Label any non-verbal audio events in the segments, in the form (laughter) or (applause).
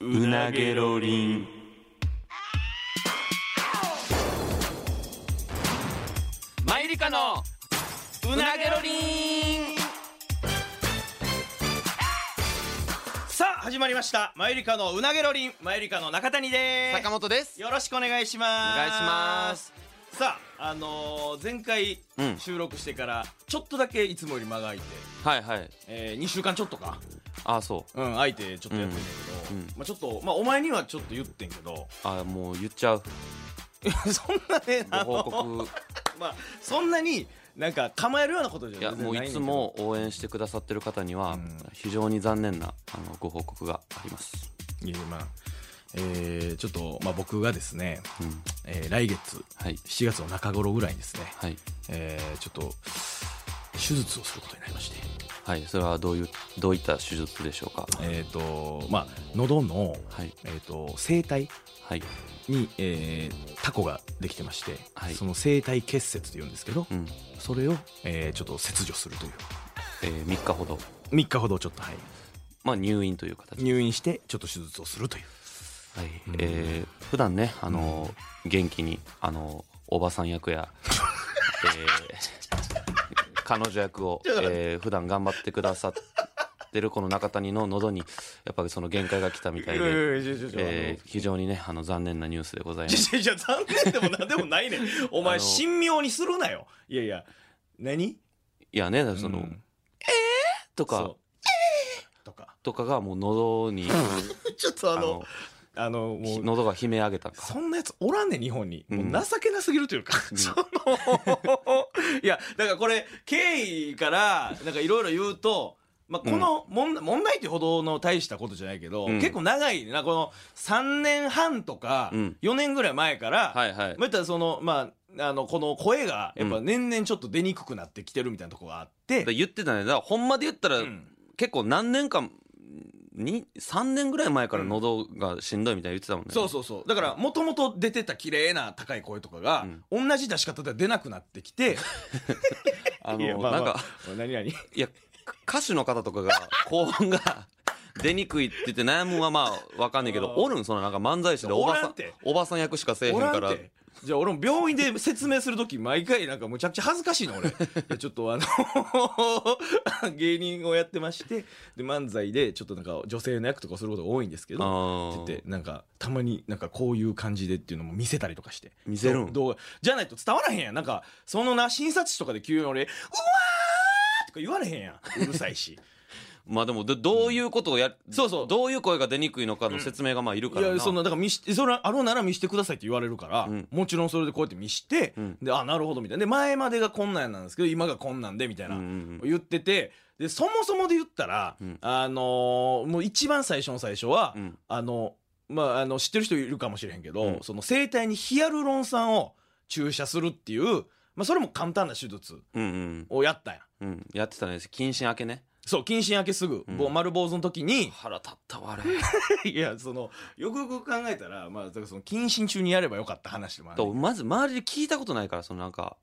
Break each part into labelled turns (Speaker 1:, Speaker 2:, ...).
Speaker 1: うなげろりん
Speaker 2: マユリカのうなげろりん
Speaker 3: さあ始まりましたマユリカのうなげろりんマユリカの中谷です
Speaker 2: 坂本です
Speaker 3: よろしくお願いします
Speaker 2: お願いします
Speaker 3: さああのー前回
Speaker 2: うん
Speaker 3: 収録してからちょっとだけいつもより間が空いて、
Speaker 2: はいはい
Speaker 3: え2週間ちょっとか
Speaker 2: あそう
Speaker 3: うん空いてちょっとやってんだけど、
Speaker 2: うんうん
Speaker 3: まあちょっとまあお前にはちょっと言ってんけ
Speaker 2: (laughs)
Speaker 3: ど
Speaker 2: あもう言っちゃう
Speaker 3: そんなね
Speaker 2: ご
Speaker 3: あの
Speaker 2: 報告
Speaker 3: まあそんなになんか構えるようなことじゃ
Speaker 2: いや
Speaker 3: 全然
Speaker 2: もう
Speaker 3: ない
Speaker 2: い
Speaker 3: んだけ
Speaker 2: つ
Speaker 3: ど
Speaker 2: も応援してくださってる方には
Speaker 3: うん
Speaker 2: 非常に残念なあのご報告があります
Speaker 3: いやまあえーちょっと、まあ、僕がですね、
Speaker 2: うん
Speaker 3: えー来月
Speaker 2: はい
Speaker 3: 7月の中頃ぐらいにですね、
Speaker 2: はい
Speaker 3: えーちょっと手術をすることになりまして、
Speaker 2: はいそれはどういうどういった手術でしょうか
Speaker 3: えーとまあ、喉の、
Speaker 2: はい
Speaker 3: えー、と声帯
Speaker 2: はい
Speaker 3: に、えータコができてまして、
Speaker 2: はい
Speaker 3: その声帯結節というんですけど、
Speaker 2: うん
Speaker 3: それを、えーちょっと切除するという
Speaker 2: えー、3日ほど
Speaker 3: 3日ほどちょっと、はい、
Speaker 2: まあ入院という形で
Speaker 3: 入院してちょっと手術をするという
Speaker 2: はいえー普段ねあのー元気にあのーおばさん
Speaker 3: (laughs)
Speaker 2: 役や、えー彼女役を、えー普段頑張ってくださってるこの中谷の喉にやっぱりその限界が来たみたいで、
Speaker 3: いやいやいやいやいや
Speaker 2: えー非常にねあの残念なニュースでございま
Speaker 3: いや
Speaker 2: す。
Speaker 3: いやいや残念でも何でもないねんお
Speaker 2: あ
Speaker 3: 前
Speaker 2: の
Speaker 3: 神妙にするなよいやいや何
Speaker 2: いやねだからその、
Speaker 3: うん
Speaker 2: と
Speaker 3: そ
Speaker 2: か
Speaker 3: うとか
Speaker 2: とかがもう喉
Speaker 3: (laughs)
Speaker 2: に
Speaker 3: ちょっとあ
Speaker 2: あ
Speaker 3: の
Speaker 2: の
Speaker 3: あのも
Speaker 2: ひ
Speaker 3: う
Speaker 2: 喉が悲鳴上げたんか。
Speaker 3: そんなやつおらんねん日本に、
Speaker 2: うん
Speaker 3: もう情けなすぎるというか、
Speaker 2: う
Speaker 3: (laughs)
Speaker 2: ん
Speaker 3: そのいやだからこれ経緯からなんかいろいろ言うと、まあ、この問,、問題ってほどの大したことじゃないけど、
Speaker 2: うん
Speaker 3: 結構長いねなこの3年半とか
Speaker 2: うん
Speaker 3: 4年ぐらい前から、
Speaker 2: はいはい。
Speaker 3: まあ言ったらそのまああのこの声がやっぱ
Speaker 2: う
Speaker 3: 年々ちょっと出にくくなってきてるみたいなとこがあって、
Speaker 2: だ言ってたねだからほんまで言ったら、
Speaker 3: うん
Speaker 2: 結構何年間に3年ぐらい前から喉がしんどいみたいな言ってたもんね、
Speaker 3: そうそうそうだからもともと出てた綺麗な高い声とかが、同じ出し方では出なくなってきて
Speaker 2: あの
Speaker 3: いやまあまあ
Speaker 2: なんか
Speaker 3: (laughs) 何々
Speaker 2: いや歌手の方とかが高
Speaker 3: (laughs)
Speaker 2: 音が出にくいって言って悩むのはまあわかんないけど
Speaker 3: あー
Speaker 2: おるんそのなんか漫才師でおば
Speaker 3: おら
Speaker 2: さ
Speaker 3: ん
Speaker 2: ん
Speaker 3: て
Speaker 2: おばさん役しかせえへん
Speaker 3: おらん
Speaker 2: から
Speaker 3: てじゃあ俺も病院で説明する時毎回なんかむちゃくちゃ恥ずかしい (laughs) の俺いやちょっとあの (laughs) 芸人をやってましてで漫才でちょっとなんか女性の役とかすることが多いんですけ
Speaker 2: あ
Speaker 3: どって
Speaker 2: ー
Speaker 3: 言ってなんかたまになんかこういう感じでっていうのも見せたりとかして
Speaker 2: 見せるん
Speaker 3: 動画じゃないと伝わらへんやんなんかそのな診察室とかで急に俺「うわー!」とか言われへんやんうるさい
Speaker 2: (laughs)
Speaker 3: し
Speaker 2: まあでもどどういうことをや、
Speaker 3: そうそう
Speaker 2: どういう声が出にくいのかの説明がまあいる
Speaker 3: い
Speaker 2: からな、
Speaker 3: やそんなだから見しそれはあるなら見してくださいって言われるから、
Speaker 2: うん
Speaker 3: もちろんそれでこうやって見して、
Speaker 2: うん
Speaker 3: であなるほどみたいなで前までがこんなんなんですけど今がこんなんでみたいな、
Speaker 2: うんうんうん
Speaker 3: 言っててでそもそもで言ったら、
Speaker 2: うん
Speaker 3: あのーもう一番最初の最初は、
Speaker 2: うん
Speaker 3: あのまああの知ってる人いるかもしれへんけど、
Speaker 2: うん
Speaker 3: その声帯にヒアルロン酸を注射するっていう、まあ、それも簡単な手術
Speaker 2: うんうん
Speaker 3: をやったんや
Speaker 2: うんやってたね謹慎明けね
Speaker 3: そう謹慎明けすぐ、
Speaker 2: うん
Speaker 3: ぼ丸坊主の時に (laughs)
Speaker 2: 腹立ったわあれ
Speaker 3: いやそのよくよく考えたら,、まあ、だからその謹慎中にやればよかった話でもある
Speaker 2: (laughs) とまず周りで聞いたことないからそのなんか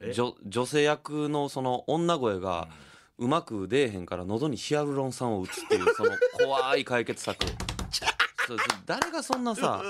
Speaker 3: うん
Speaker 2: 女女性役のその女声がうまく出えへんから喉にヒアルロン酸を打つって
Speaker 3: (laughs)
Speaker 2: いうその怖い解決策そうそう誰がそんなさ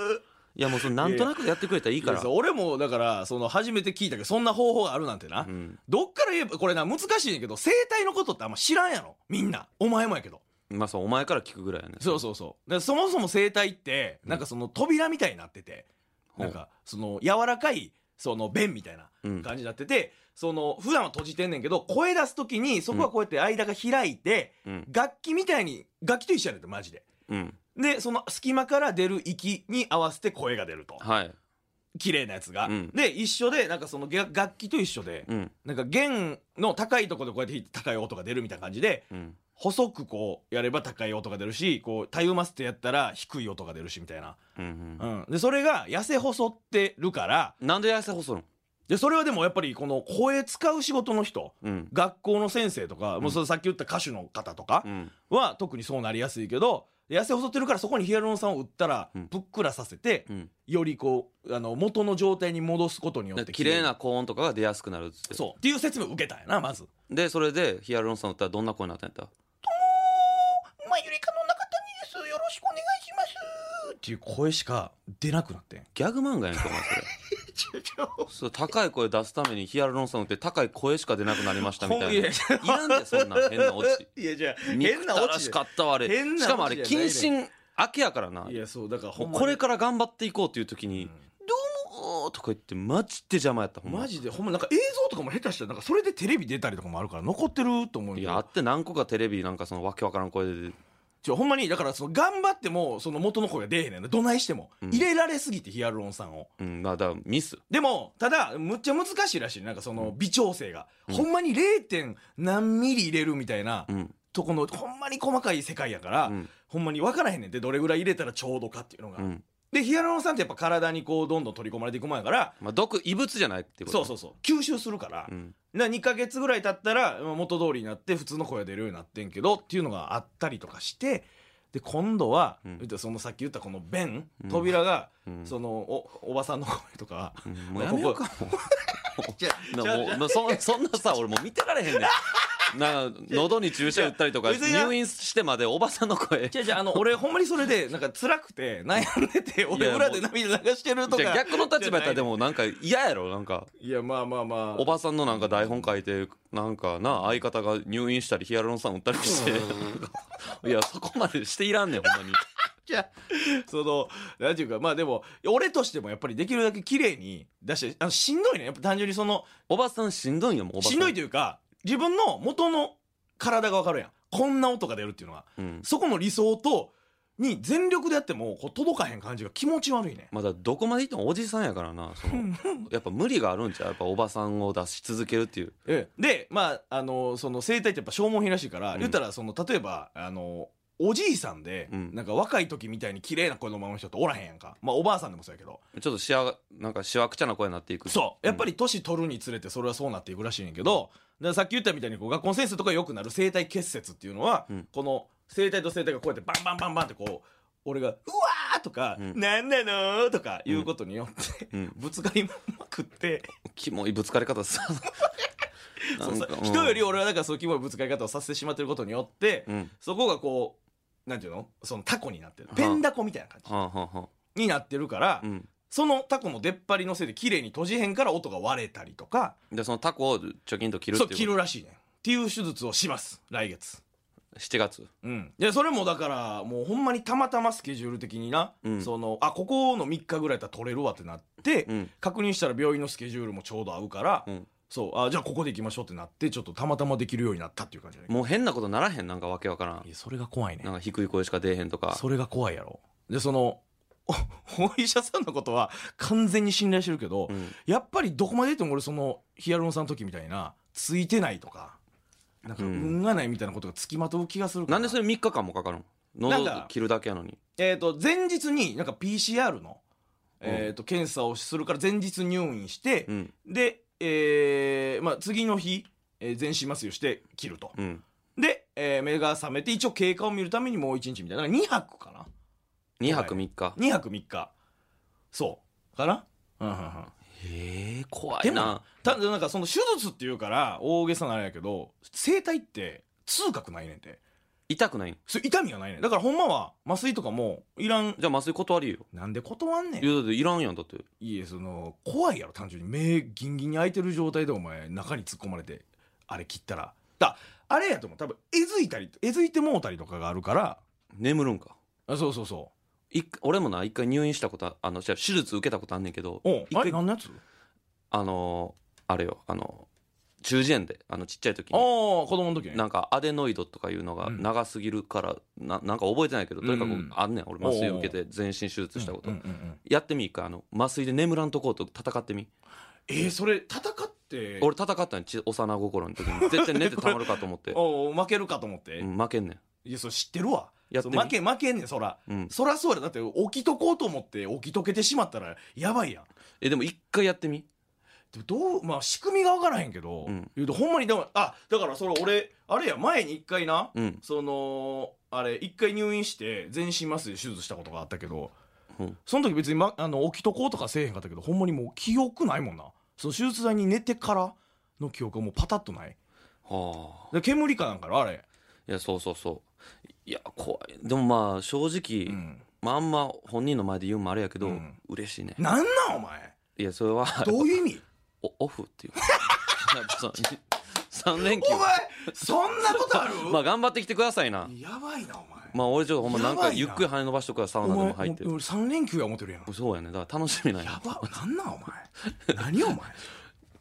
Speaker 2: いやもうそのなんとなくやってくれたらいい
Speaker 3: い
Speaker 2: から
Speaker 3: やそう俺もだからその初めて聞いたけどそんな方法があるなんてな、
Speaker 2: うん、
Speaker 3: どっから言えばこれな難しいんやけど声帯のことってあんま知らんやろみんなお前もやけど
Speaker 2: まあそうお前から聞くぐらいやね
Speaker 3: そうそうそうだからそもそも声帯ってなんかその扉みたいになってて、
Speaker 2: ほう
Speaker 3: なんかその柔らかいその弁みたいな
Speaker 2: うん
Speaker 3: 感じになってて、その普段は閉じてんねんけど声出す時にそこはこうやって間が開いて、
Speaker 2: うん
Speaker 3: 楽器みたいに楽器と一緒やねんてマジで
Speaker 2: うん
Speaker 3: でその隙間から出る息に合わせて声が出ると
Speaker 2: はい
Speaker 3: 綺麗なやつが、
Speaker 2: うん
Speaker 3: で一緒でなんかその楽楽器と一緒で、
Speaker 2: うん
Speaker 3: なんか弦の高いところでこうやって弾いて高い音が出るみたいな感じで
Speaker 2: うん
Speaker 3: 細くこうやれば高い音が出るしこうたゆませてやったら低い音が出るしみたいな、
Speaker 2: うん
Speaker 3: う
Speaker 2: うん
Speaker 3: ん、でそれが痩せ細ってるから
Speaker 2: なんで痩せ細るの
Speaker 3: でそれはでもやっぱりこの声使う仕事の人
Speaker 2: うん
Speaker 3: 学校の先生とか、もうそれさっき言った歌手の方とか
Speaker 2: うん
Speaker 3: は特にそうなりやすいけど痩せ細ってるからそこにヒアルロン酸を打ったら
Speaker 2: うん
Speaker 3: ぷっくらさせて、
Speaker 2: うん
Speaker 3: よりこうあの元の状態に戻すことによ
Speaker 2: だ
Speaker 3: っ
Speaker 2: から
Speaker 3: て
Speaker 2: 綺麗な高音とかが出やすくなるっつって
Speaker 3: そうっていう説明を受けたんやなまず
Speaker 2: でそれでヒアルロン酸打ったらどんな声になったんやった
Speaker 3: まゆりかの中谷ですよろしくお願いしますっていう声しか出なくなってん
Speaker 2: ギャグ漫画やんけお前それそう高い声出すためにヒアルロン酸打って高い声しか出なくなりましたみたい
Speaker 3: いや
Speaker 2: ないらんで (laughs) そんな変なオチ
Speaker 3: いやじゃあ
Speaker 2: 憎
Speaker 3: (laughs) 変な
Speaker 2: た
Speaker 3: オ
Speaker 2: ら
Speaker 3: チ
Speaker 2: し
Speaker 3: で
Speaker 2: かったわあれ
Speaker 3: 変な
Speaker 2: しかもあれ
Speaker 3: オチじゃ
Speaker 2: 謹
Speaker 3: ないね
Speaker 2: 慎明けやからない
Speaker 3: やそうだからほ
Speaker 2: も
Speaker 3: ん
Speaker 2: う
Speaker 3: まに
Speaker 2: これから頑張っていこうっていう時
Speaker 3: う
Speaker 2: に
Speaker 3: ん
Speaker 2: 「どうも」とか言ってマジで邪魔やったほんま
Speaker 3: マジでほんまなんか映像とかも下手したらなんかそれでテレビ出たりとかもあるから残ってると思うんだ
Speaker 2: い
Speaker 3: けど
Speaker 2: やあって何個かテレビなんかそのわけわからん声で
Speaker 3: ちょほんまにだからその頑張ってもその元の声が出えへんねんなどないしても、
Speaker 2: うん
Speaker 3: 入れられすぎてヒアルロン酸を
Speaker 2: うんまあだからミス
Speaker 3: でもただむっちゃ難しいらしいなんかその微調整が、
Speaker 2: うん
Speaker 3: ほんまに 0. 点何ミリ入れるみたいな
Speaker 2: うん
Speaker 3: とこのほんまに細かい世界やから、
Speaker 2: うん
Speaker 3: ほんまに分からへんねんってどれぐらい入れたらちょうどかっていうのが、
Speaker 2: うん
Speaker 3: でヒアルロン酸ってやっぱ体にこうどんどん取り込まれていくもんやから
Speaker 2: まあ毒異物じゃないってこ
Speaker 3: そ
Speaker 2: と
Speaker 3: うそうそう吸収するから
Speaker 2: う、ん
Speaker 3: な2ヶ月ぐらい経ったらまあ元通りになって普通の声が出るようになってんけどっていうのがあったりとかしてで今度は、
Speaker 2: うん
Speaker 3: 言うたらそのさっき言ったこの弁
Speaker 2: うん
Speaker 3: 扉が、
Speaker 2: うん
Speaker 3: そのおおばさんの声とか
Speaker 2: うんもうやめようかもう (laughs)
Speaker 3: じゃ
Speaker 2: なもうもうそそんなさ俺もう見てられへんねんな喉に注射打ったりとか
Speaker 3: いや別にな
Speaker 2: 入院してまでおばさんの声じ
Speaker 3: じゃあ (laughs) の俺ほんまにそれでなんか辛くて悩んでて俺裏で涙流してるとか
Speaker 2: ゃあ逆の立場やったらで
Speaker 3: も
Speaker 2: もなんか嫌やろなんか
Speaker 3: いやまあまあまあ
Speaker 2: おばさんのなんか台本書いてなんかな相方が入院したりヒアルロン酸打ったりして (laughs) いやそこまでしていらんねんほんまに
Speaker 3: じゃあそのなんていうかまあでも俺としてもやっぱりできるだけ綺麗に出してあのしんどいねやっぱ単純にその
Speaker 2: おばさんしんどいよもうおばさん
Speaker 3: しんどいというか自分の元の体が分かるやんこんな音が出るっていうのは
Speaker 2: うん
Speaker 3: そこの理想とに全力でやってもこう届かへん感じが気持ち悪いね
Speaker 2: まだどこまでいってもおじさんやからなその
Speaker 3: (laughs)
Speaker 2: やっぱ無理があるんちゃうやっぱおばさんを出し続けるっていう
Speaker 3: ええでまああのその生態ってやっぱ消耗品らしいから、
Speaker 2: うん
Speaker 3: 言ったらその例えばあのおじいさんで、
Speaker 2: うん
Speaker 3: なんか若い時みたいに綺麗な声のままの人っておらへんやんかまあおばあさんでもそうやけど
Speaker 2: ちょっとしわなんかしわくちゃな声になっていく
Speaker 3: そうやっぱ
Speaker 2: り、
Speaker 3: り年取るにつれてそれはそうなっていくらしいねんけど、だからさっき言ったみたいにこう学校の先生とかよくなる生体結節っていうのは、
Speaker 2: うん
Speaker 3: この生体と生体がこうやってバンバンバンバンってこう俺が「うわ!」とか「
Speaker 2: うん
Speaker 3: なんなの?」とかいうことによって、
Speaker 2: うん
Speaker 3: ぶつかりまくって、
Speaker 2: キモいぶつかり
Speaker 3: (laughs)
Speaker 2: 方さ
Speaker 3: そうそう
Speaker 2: なんか
Speaker 3: 人より俺はだからそういうキモいぶつかり方をさせてしまってることによって、
Speaker 2: うん
Speaker 3: そこがこうなんていうのそのタコになってる
Speaker 2: はあ
Speaker 3: ペンダコみたいな感じ
Speaker 2: はあはあはあ
Speaker 3: になってるから、
Speaker 2: うん
Speaker 3: そのタコの出っ張りのせいで綺麗に閉じへんから音が割れたりとか。
Speaker 2: でそのタコをチョキンと切るっ
Speaker 3: そ
Speaker 2: ていううこと
Speaker 3: 切るらしいねんっていう手術をします来月
Speaker 2: 7月
Speaker 3: うんでそれもだからもうほんまにたまたまスケジュール的にな、
Speaker 2: うん
Speaker 3: そのあここの3日ぐらいだったら取れるわってなって、
Speaker 2: うん
Speaker 3: 確認したら病院のスケジュールもちょうど合うから、
Speaker 2: うん
Speaker 3: そうあじゃあここで行きましょうってなってちょっとたまたまできるようになったっていう感じだね
Speaker 2: もう変なことならへんなんかわけわからん
Speaker 3: いやそれが怖いね
Speaker 2: なんか低い声しか出えへんとか
Speaker 3: それが怖いやろでその (laughs) おお医者さんのことは完全に信頼してるけど、
Speaker 2: うん
Speaker 3: やっぱりどこまで言っても俺そのヒアルロン酸の時みたいなついてないとかなんか
Speaker 2: うん
Speaker 3: 運がないみたいなことがつきまとう気がするから
Speaker 2: なんでそれ3日間もかかるの
Speaker 3: なん
Speaker 2: 喉
Speaker 3: か
Speaker 2: 切るだけやのに
Speaker 3: えー、と前日になんか PCR の、
Speaker 2: うん
Speaker 3: えー、と検査をするから前日入院して
Speaker 2: う、ん
Speaker 3: で、えーまあ、次の日、えー全身麻酔をして切ると、
Speaker 2: うん
Speaker 3: で、えー目が覚めて一応経過を見るためにもう1日みたいなだから2泊かな
Speaker 2: 2泊3日
Speaker 3: 2泊3日そうかな (laughs) うんうんうん
Speaker 2: へえ怖
Speaker 3: で
Speaker 2: い
Speaker 3: も
Speaker 2: な
Speaker 3: ただなんかその手術っていうから大げさなあれやけど整体って痛覚ないねんて
Speaker 2: 痛くないん
Speaker 3: それ痛みがないねんだからほんまは麻酔とかもいらん
Speaker 2: じゃあ麻酔断りよ
Speaker 3: なんで断んね
Speaker 2: い
Speaker 3: ん
Speaker 2: やだっていらんやんだって
Speaker 3: いいえその怖いやろ単純に目ギンギンに開いてる状態でお前中に突っ込まれてあれ切ったらだあれやと思う多分えずいたりえずいてもうたりとかがあるから
Speaker 2: 眠るんか
Speaker 3: あそうそうそ
Speaker 2: 一回俺もな一回入院したことああのじゃあ手術受けたことあんねんけど
Speaker 3: うおう
Speaker 2: 一
Speaker 3: あ
Speaker 2: 回
Speaker 3: れ何のやつ
Speaker 2: あのーあれよあの中耳炎であのちっちゃい時
Speaker 3: ああ
Speaker 2: に
Speaker 3: 子供の時ね
Speaker 2: なんかアデノイドとかいうのが
Speaker 3: うん
Speaker 2: 長すぎるから、ななんか覚えてないけどとにかく
Speaker 3: うん
Speaker 2: あんねん俺麻酔受けて全身手術したこと、
Speaker 3: うんうんうんうん
Speaker 2: やってみいかあの麻酔で眠らんとこうと戦ってみ
Speaker 3: えー、それ戦って
Speaker 2: 俺戦ったんやち幼心の時に絶対寝てたまるかと思って、
Speaker 3: (laughs) おう負けるかと思って、
Speaker 2: うん負けんねん
Speaker 3: いやそれ知ってるわ
Speaker 2: やっ
Speaker 3: そ
Speaker 2: て
Speaker 3: う
Speaker 2: み
Speaker 3: 負け負けんねんそら
Speaker 2: うん、
Speaker 3: そらそうやだって起きとこうと思って起きとけてしまったらやばいやん
Speaker 2: えでも一回やってみ
Speaker 3: でもどうまあ仕組みが分からへんけど、
Speaker 2: うん
Speaker 3: 言うとほんまにでもあだからそれ俺あれや前に一回な
Speaker 2: うん、
Speaker 3: そのあれ一回入院して全身麻酔で手術したことがあったけど
Speaker 2: うん
Speaker 3: その時別に、ま、あの起きとこうとかせえへんかったけどほんまにもう記憶ないもんなその手術台に寝てからの記憶はもうパタッとない
Speaker 2: はあ
Speaker 3: で煙かなんかのあれ、
Speaker 2: いやそうそうそういや怖いでもまあ
Speaker 3: う
Speaker 2: 正直、
Speaker 3: ん、
Speaker 2: まああんま本人の前で言うのもあれやけど、
Speaker 3: うん
Speaker 2: 嬉しいね
Speaker 3: なんなんお前
Speaker 2: いやそれ
Speaker 3: (laughs)
Speaker 2: は
Speaker 3: どういう意味
Speaker 2: おオフっていう (laughs) やっぱその三連休
Speaker 3: お前そんなことある、
Speaker 2: まあ頑張ってきてくださいな
Speaker 3: (laughs) やばいなお前
Speaker 2: まあ俺ちょっとほんまなん
Speaker 3: やば
Speaker 2: か
Speaker 3: いな
Speaker 2: ゆっくり羽伸ばしとくからサウナで
Speaker 3: お
Speaker 2: も
Speaker 3: 前
Speaker 2: 入って
Speaker 3: 俺3連休や思ってるやん
Speaker 2: そうやねだから楽しみなんや
Speaker 3: やばなんなんお前何お前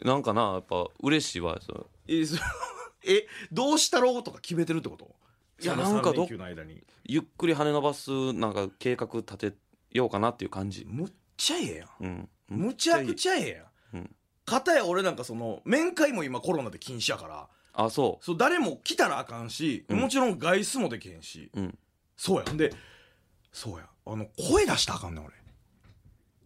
Speaker 2: なんかなやっぱ嬉しいわその
Speaker 3: (laughs) えそ (laughs) えどうしたろうとか決めてるってこと
Speaker 2: いや
Speaker 3: その
Speaker 2: なんか
Speaker 3: 三
Speaker 2: ど
Speaker 3: 連休の間に
Speaker 2: ゆっくり羽伸ばすなんか計画立てようかなっていう感じ
Speaker 3: むっちゃええやん
Speaker 2: うん
Speaker 3: むちゃくちゃええや
Speaker 2: うん
Speaker 3: ん片や俺なんかその面会も今コロナで禁止やから
Speaker 2: あそ
Speaker 3: そう誰も来たらあかんし、
Speaker 2: うん
Speaker 3: もちろん外出もできへんし
Speaker 2: ううん
Speaker 3: そうやんでそうやあの声出したらあかんねん俺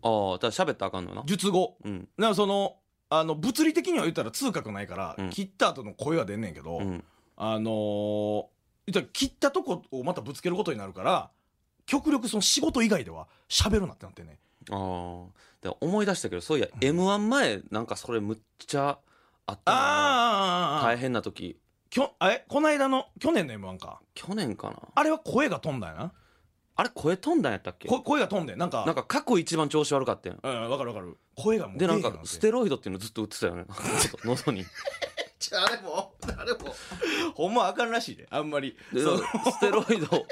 Speaker 2: ああだから喋ったらあかんのよな
Speaker 3: 術後
Speaker 2: うん
Speaker 3: なんかそのあの物理的には言ったら痛覚ないから、
Speaker 2: うん
Speaker 3: 切った後の声は出んねんけど、
Speaker 2: うん
Speaker 3: あのー言ったら切ったとこをまたぶつけることになるから極力その仕事以外では喋るなってなってんねん
Speaker 2: ああ思い出したけどそういや m 1前なんかそれむっちゃあったな
Speaker 3: あ
Speaker 2: 大変な時
Speaker 3: きょあえこの間の去年の m 1か
Speaker 2: 去年かな
Speaker 3: あれは声が飛んだよな
Speaker 2: あれ声飛んだんやったっけ
Speaker 3: こ声が飛んでんなんか
Speaker 2: なんか過去一番調子悪かったやん
Speaker 3: うんわかるわかる声がもう
Speaker 2: でなん
Speaker 3: 出えへ
Speaker 2: か
Speaker 3: ように
Speaker 2: ス
Speaker 3: って
Speaker 2: テロイドっていうのずっと打っ
Speaker 3: (laughs)
Speaker 2: てたよねなんかちょっと喉に
Speaker 3: ちょあれもあれも (laughs) ほんまあかんらしいであんまり
Speaker 2: で
Speaker 3: そう
Speaker 2: ステロイ
Speaker 3: (laughs)
Speaker 2: ド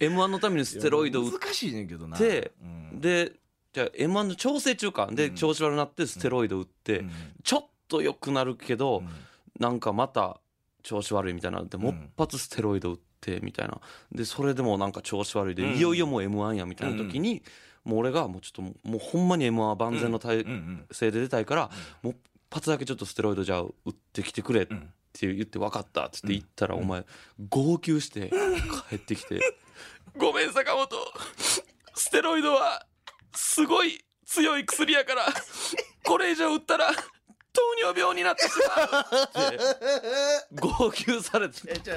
Speaker 2: m 1のためにステロイド打っ
Speaker 3: 難しいねんけどな
Speaker 2: で
Speaker 3: うん
Speaker 2: でじゃあ m 1の調整中かで
Speaker 3: うん
Speaker 2: 調子悪くなってステロイド打って、
Speaker 3: うん
Speaker 2: ちょっと良くなるけど、
Speaker 3: うん
Speaker 2: なんかまた調子悪いみたいなでもっぱつステロイド打ってみたいなでそれでもなんか調子悪いで、
Speaker 3: うん
Speaker 2: いよいよもう m 1やみたいな時に、もう俺がもうちょっともうほんまに m 1は万全の体
Speaker 3: うんうん
Speaker 2: 制で出たいから、もう一発だけちょっとステロイドじゃあ打ってきてくれっ
Speaker 3: うん
Speaker 2: て言って分かったっつって言ったら、
Speaker 3: うん
Speaker 2: お前号泣して帰ってきて「 (laughs) ごめん坂本ステロイドはすごい強い薬やからこれ以上打ったら糖尿病になってしまう」って (laughs) 号泣されて
Speaker 3: えちょ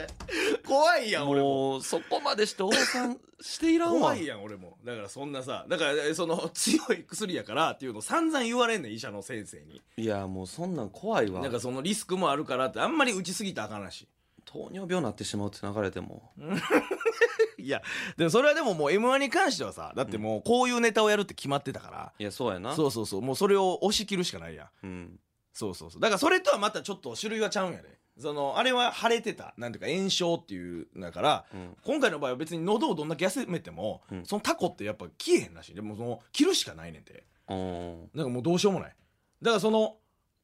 Speaker 3: 怖いやん俺も
Speaker 2: もうそこまでしておばさんしていらんわ
Speaker 3: 怖いやん俺もだからそんなさだからえその強い薬やからっていうの散々言われんねん医者の先生に
Speaker 2: いやもうそんなん怖いわ
Speaker 3: なんかそのリスクもあるからってあんまり打ちすぎたらあかんらし
Speaker 2: 糖尿病になってしまうって流れても
Speaker 3: (laughs) いいやでもそれはでももう m 1に関してはさだってもうこういうネタをやるって決まってたから、
Speaker 2: いやそうやな
Speaker 3: そうそうそうもうそれを押し切るしかないやん
Speaker 2: うん
Speaker 3: そうそうそうだからそれとはまたちょっと種類はちゃうんやでそのあれは腫れてたなんていうか炎症っていうんだから
Speaker 2: うん
Speaker 3: 今回の場合は別に喉をどんだけ休めても、
Speaker 2: うん
Speaker 3: そのタコってやっぱ消えへんらしいでもその切るしかないねんて
Speaker 2: うん
Speaker 3: なんかもうどうしようもないだからその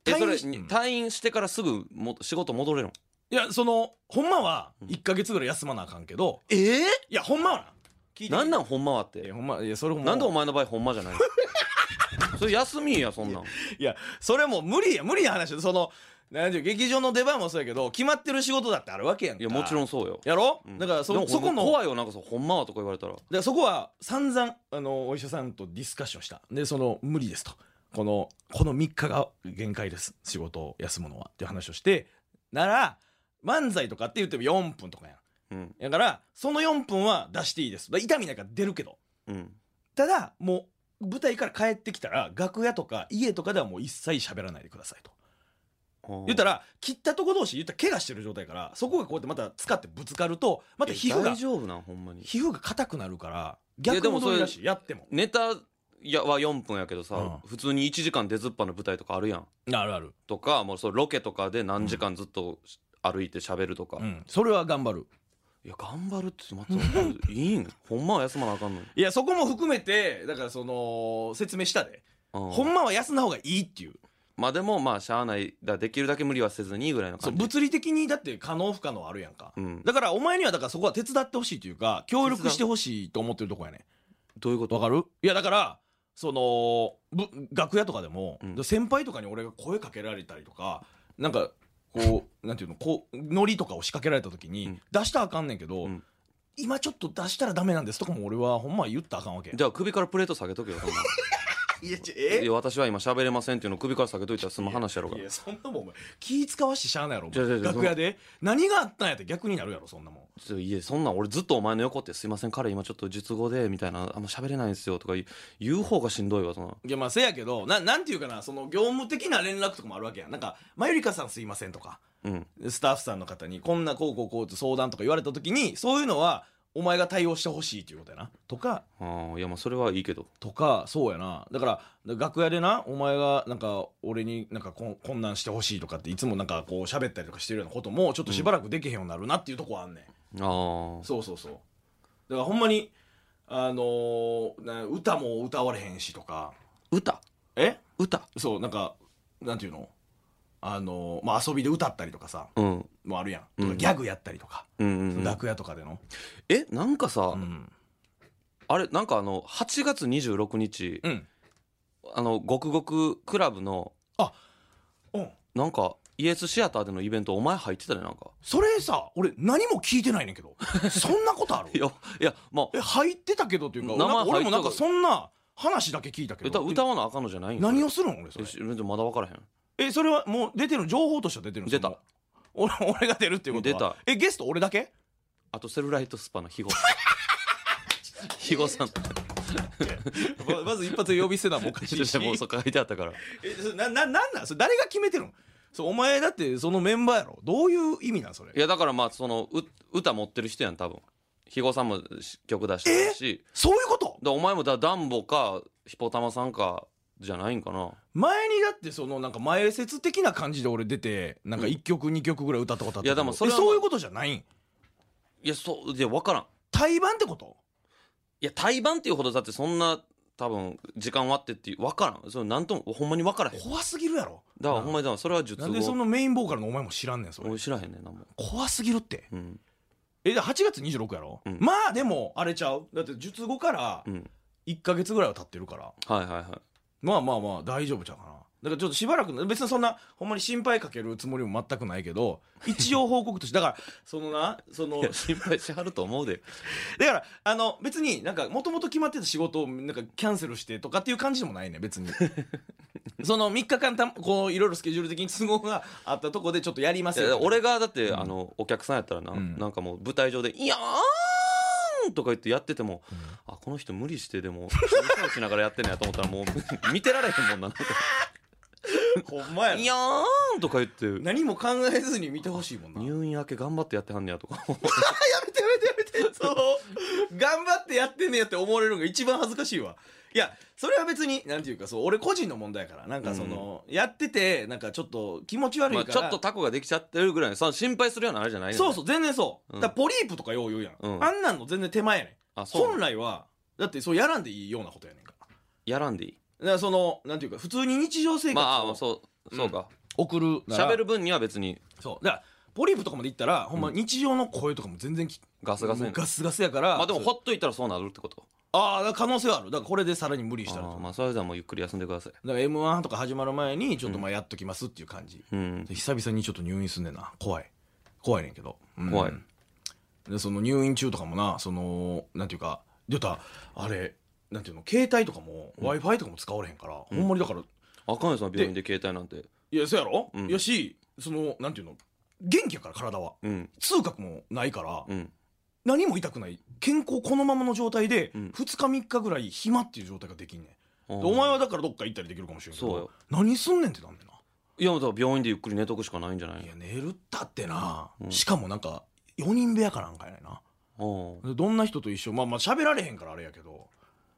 Speaker 2: えそ
Speaker 3: 退
Speaker 2: れ
Speaker 3: 院しうん
Speaker 2: 退院してからすぐも仕事戻れるの
Speaker 3: いやそのほんまは
Speaker 2: うん
Speaker 3: 1か月ぐらい休まなあかんけど、
Speaker 2: ええ
Speaker 3: いやほんまはな聞いてみ
Speaker 2: なんなんほんまはっ
Speaker 3: いや
Speaker 2: て
Speaker 3: ほんまいやそれも
Speaker 2: なんでお前の場合ほんまじゃないの (laughs) それ休みやそんなん
Speaker 3: いやそれもう無理や無理や話だそのなんていう劇場の出番もそうやけど決まってる仕事だってあるわけやんか
Speaker 2: いやもちろんそうよ、
Speaker 3: やろ、
Speaker 2: うん
Speaker 3: だからそ
Speaker 2: でも
Speaker 3: そこの
Speaker 2: 怖いよなんかそうほんまはとか言われたら
Speaker 3: でそこは散々あのお医者さんとディスカッションしたでその無理ですとこのこの3日が限界です仕事を休むのはっていう話をしてなら漫才とかって言っても4分とかやん
Speaker 2: うん
Speaker 3: だからその4分は出していいですだ痛みなんか出るけど
Speaker 2: うん
Speaker 3: ただもう舞台から帰ってきたら楽屋とか家とかではもう一切喋らないでくださいと言った
Speaker 2: ら
Speaker 3: ら切ったとこ同士言ったら怪我してる状態からそこがこうやってまた使ってぶつかるとまた皮膚が
Speaker 2: 大丈夫なんほんまに
Speaker 3: 皮膚が硬くなるから
Speaker 2: や
Speaker 3: 逆
Speaker 2: でも
Speaker 3: 戻
Speaker 2: それ
Speaker 3: りらしいやっても
Speaker 2: ネタやは4分やけどさ、
Speaker 3: う
Speaker 2: 普通に1時間出ずっぱの舞台とかあるやん
Speaker 3: あるある
Speaker 2: とかもうそうロケとかで何時間ずっと歩いて喋るとか、
Speaker 3: うん、それは頑張る
Speaker 2: いや頑張るってまたいいん (laughs) ほんまは休まなあかんのに、
Speaker 3: いやそこも含めてだからその説明したで、
Speaker 2: うん
Speaker 3: ほんまは休んだ方がいいっていう
Speaker 2: まあでもまあしゃあないだできるだけ無理はせずにぐらいの
Speaker 3: そう
Speaker 2: 感じ
Speaker 3: 物理的にだって可能不可能あるやんか、
Speaker 2: うん
Speaker 3: だからお前にはだからそこは手伝ってほしいというか協力してほしいと思ってるとこやね
Speaker 2: どういうこ
Speaker 3: わ
Speaker 2: と
Speaker 3: かるいやだからそのぶ楽屋とかでも、
Speaker 2: うん
Speaker 3: 先輩とかに俺が声かけられたりとかなんかこ (laughs) うなんていうのこうノリとかを仕掛けられた時に、
Speaker 2: うん
Speaker 3: 出したらあかんねんけど、
Speaker 2: うん
Speaker 3: 今ちょっと出したらダメなんですとかも俺はほんまは言ったらあかんわけや
Speaker 2: じゃあ首からプレート下げとけよそんなん
Speaker 3: いやち
Speaker 2: いや私は今喋れませんっていうの首から下げといたら済む話やろうが
Speaker 3: いやそんなもんお前気使わしてしゃあないやろお前
Speaker 2: 違う違う違う
Speaker 3: 楽屋で何があったんやって逆になるやろそんなもん
Speaker 2: ちょいやそんなん俺ずっとお前の横って「すいません彼今ちょっと術後で」みたいな「あんま喋れないんですよ」とか言う言う方がしんどいわそんない
Speaker 3: やまあせやけどななんていうかなその業務的な連絡とかもあるわけやんなんか「まゆりかさんすいません」とか
Speaker 2: うん
Speaker 3: スタッフさんの方にこんなこうこうこうって相談とか言われた時にそういうのはお前が対応してほしいっていうことやなとか
Speaker 2: ああいやまあそれはいいけど
Speaker 3: とかそうやなだから楽屋でなお前がなんか俺になんかこんこんなんしてほしいとかっていつもなんかこう喋ったりとかしてるようなこともちょっとしばらくできへんようになるなっていうとこはあんねん、
Speaker 2: ああ
Speaker 3: そうそうそうだからほんまにあのーな歌も歌われへんしとか
Speaker 2: 歌
Speaker 3: え
Speaker 2: 歌
Speaker 3: そうなんかなんていうのあのーまあ遊びで歌ったりとかさ
Speaker 2: うん
Speaker 3: もあるやんとか
Speaker 2: うん
Speaker 3: ギャグやったりとか、
Speaker 2: うんうんうん、
Speaker 3: 楽屋とかでの、
Speaker 2: えなんかさ、
Speaker 3: ん
Speaker 2: あれなんかあの8月26日、
Speaker 3: うん
Speaker 2: あのごくごくクラブの
Speaker 3: うん、
Speaker 2: なんかイエスシアターでのイベントお前入ってたねなんか (laughs)
Speaker 3: それさ俺何も聞いてないねんけど (laughs) そんなことある
Speaker 2: いやいやまあ
Speaker 3: え入ってたけどっていうか
Speaker 2: 名前
Speaker 3: なんか俺もなんか
Speaker 2: 入って
Speaker 3: そんな話だけ聞いたけ
Speaker 2: 歌
Speaker 3: ど
Speaker 2: 歌わなあかんのじゃないん
Speaker 3: え何
Speaker 2: を
Speaker 3: をするの俺それ
Speaker 2: まだ分からへん
Speaker 3: えそれはもう出てる情報としては出てるんですか
Speaker 2: 出
Speaker 3: もう
Speaker 2: た
Speaker 3: 俺俺が出るっていうことは
Speaker 2: 出た
Speaker 3: えゲスト俺だけ
Speaker 2: あとセルライトスパの肥後さ
Speaker 3: (laughs)
Speaker 2: ん肥後さん
Speaker 3: ままず一発呼び捨てなもんおかしいし
Speaker 2: もう (laughs) そっか書いてあったから
Speaker 3: えそれなななんなんそれ誰が決めてるのそうお前だってそのメンバーやろどういう意味なんそれ
Speaker 2: いやだからまあそのう歌持ってる人やん多分肥後さんもし曲出してるし
Speaker 3: そういうこと
Speaker 2: だお前もだダンボかヒポタマさんかじゃないんかな
Speaker 3: 前にだってそのなんか前説的な感じで俺出てなんか1曲2曲ぐらい歌ったことあったけど
Speaker 2: いやでもそれは
Speaker 3: えそういうことじゃないん
Speaker 2: いやそういや分からん
Speaker 3: 対バンってこと
Speaker 2: いや対バンっていうほどだってそんな多分時間割ってっていう分からんそれなんともほんまに分からへんだか
Speaker 3: 怖すぎるやろ
Speaker 2: らほんまにだからそれは術
Speaker 3: なんでそ
Speaker 2: 後
Speaker 3: のメインボーカルのお前も知らんねんそれ
Speaker 2: 俺知らへんねんなも
Speaker 3: 怖すぎるって
Speaker 2: ううん
Speaker 3: えだから8月26やろ、
Speaker 2: うん
Speaker 3: まあでもあれちゃうだって術後から
Speaker 2: うん
Speaker 3: 1か月ぐらいは経ってるから
Speaker 2: はいはいはい
Speaker 3: まあまあまあ大丈夫ちゃうかなだからちょっとしばらく別にそんなほんまに心配かけるつもりも全くないけど一応報告としてだからそのなその
Speaker 2: いや (laughs) 心配しはると思うで
Speaker 3: だからあの別になんかもともと決まってた仕事をなんかキャンセルしてとかっていう感じでもないね
Speaker 2: (laughs)
Speaker 3: 別にその3日間たこういろいろスケジュール的に都合があったとこでちょっとやります
Speaker 2: いや
Speaker 3: よ
Speaker 2: 俺がだって、
Speaker 3: うん
Speaker 2: あのお客さんやったらな、
Speaker 3: うん
Speaker 2: なんかもう舞台上で「いやーん!」とか言ってやってても、あこの人無理してでも歌をしながらやってんのやと思ったらもう (laughs) 見てられへんもんな
Speaker 3: ほんまや
Speaker 2: 「い
Speaker 3: な
Speaker 2: やーん!」とか言って
Speaker 3: 何も考えずに見てほしいもんな
Speaker 2: 入院明け頑張ってやってはんねやとか
Speaker 3: やめてやめてやめてそう頑張ってやってんねやって思われるのが一番恥ずかしいわいやそれは別になんていうかそう俺個人の問題やからなんかその、やっててなんかちょっと気持ち悪い
Speaker 2: まあ
Speaker 3: から、
Speaker 2: ちょっとタコができちゃってるぐらいのその心配するようなあれじゃない
Speaker 3: そう
Speaker 2: う
Speaker 3: そう全然そう、
Speaker 2: うん
Speaker 3: だからポリープとかよう言うやん、
Speaker 2: うん
Speaker 3: あんなんの全然手前やねん
Speaker 2: あそうな
Speaker 3: 本
Speaker 2: の
Speaker 3: 来はだってそうやらんでいいようなことやねんから
Speaker 2: やらんでいい
Speaker 3: だからそのなんていうか普通に日常生活
Speaker 2: まああ
Speaker 3: を
Speaker 2: そうそうか
Speaker 3: 送るなら
Speaker 2: 喋、る分には別に
Speaker 3: そうだからポリープとかまで行ったら、ほんま日常の声とかも全然き
Speaker 2: ガスガスや
Speaker 3: も
Speaker 2: ね
Speaker 3: うんガスガスやから
Speaker 2: まあでも
Speaker 3: そう
Speaker 2: ほっといたらそうなるってこと
Speaker 3: ああだから可能性はあるだからこれでさらに無理したら
Speaker 2: あ
Speaker 3: と
Speaker 2: ー
Speaker 3: か
Speaker 2: まあそれではもうゆっくり休んでください
Speaker 3: だから m 1とか始まる前にちょっとまあやっときますっていう感じ、
Speaker 2: うん
Speaker 3: で久々にちょっと入院すんねんな怖い怖いねんけど、うん
Speaker 2: 怖い
Speaker 3: でその入院中とかもなそのなんていうか出たあれなんていうの携帯とかも w i f i とかも使われへんから、
Speaker 2: うん
Speaker 3: ほんまにだから
Speaker 2: あかんよその病院で携帯なんて
Speaker 3: いやそうやろ、
Speaker 2: うん
Speaker 3: やしそのなんていうの元気やから体は
Speaker 2: うん
Speaker 3: 痛覚もないから、
Speaker 2: うん
Speaker 3: 何も痛くない健康このままの状態で
Speaker 2: うん
Speaker 3: 2日3日ぐらい暇っていう状態ができんね
Speaker 2: お
Speaker 3: ん、でお前はだからどっか行ったりできるかもしれんけ
Speaker 2: そう
Speaker 3: ど
Speaker 2: よ
Speaker 3: 何すんねんってなんねんない
Speaker 2: やだから病院でゆっくり寝とくしかないんじゃない
Speaker 3: いや寝るったってな、
Speaker 2: うん
Speaker 3: しかもなんか4人部屋かなんかやねんな
Speaker 2: のああ
Speaker 3: でどんな人と一緒まあまあ喋られへんからあれやけど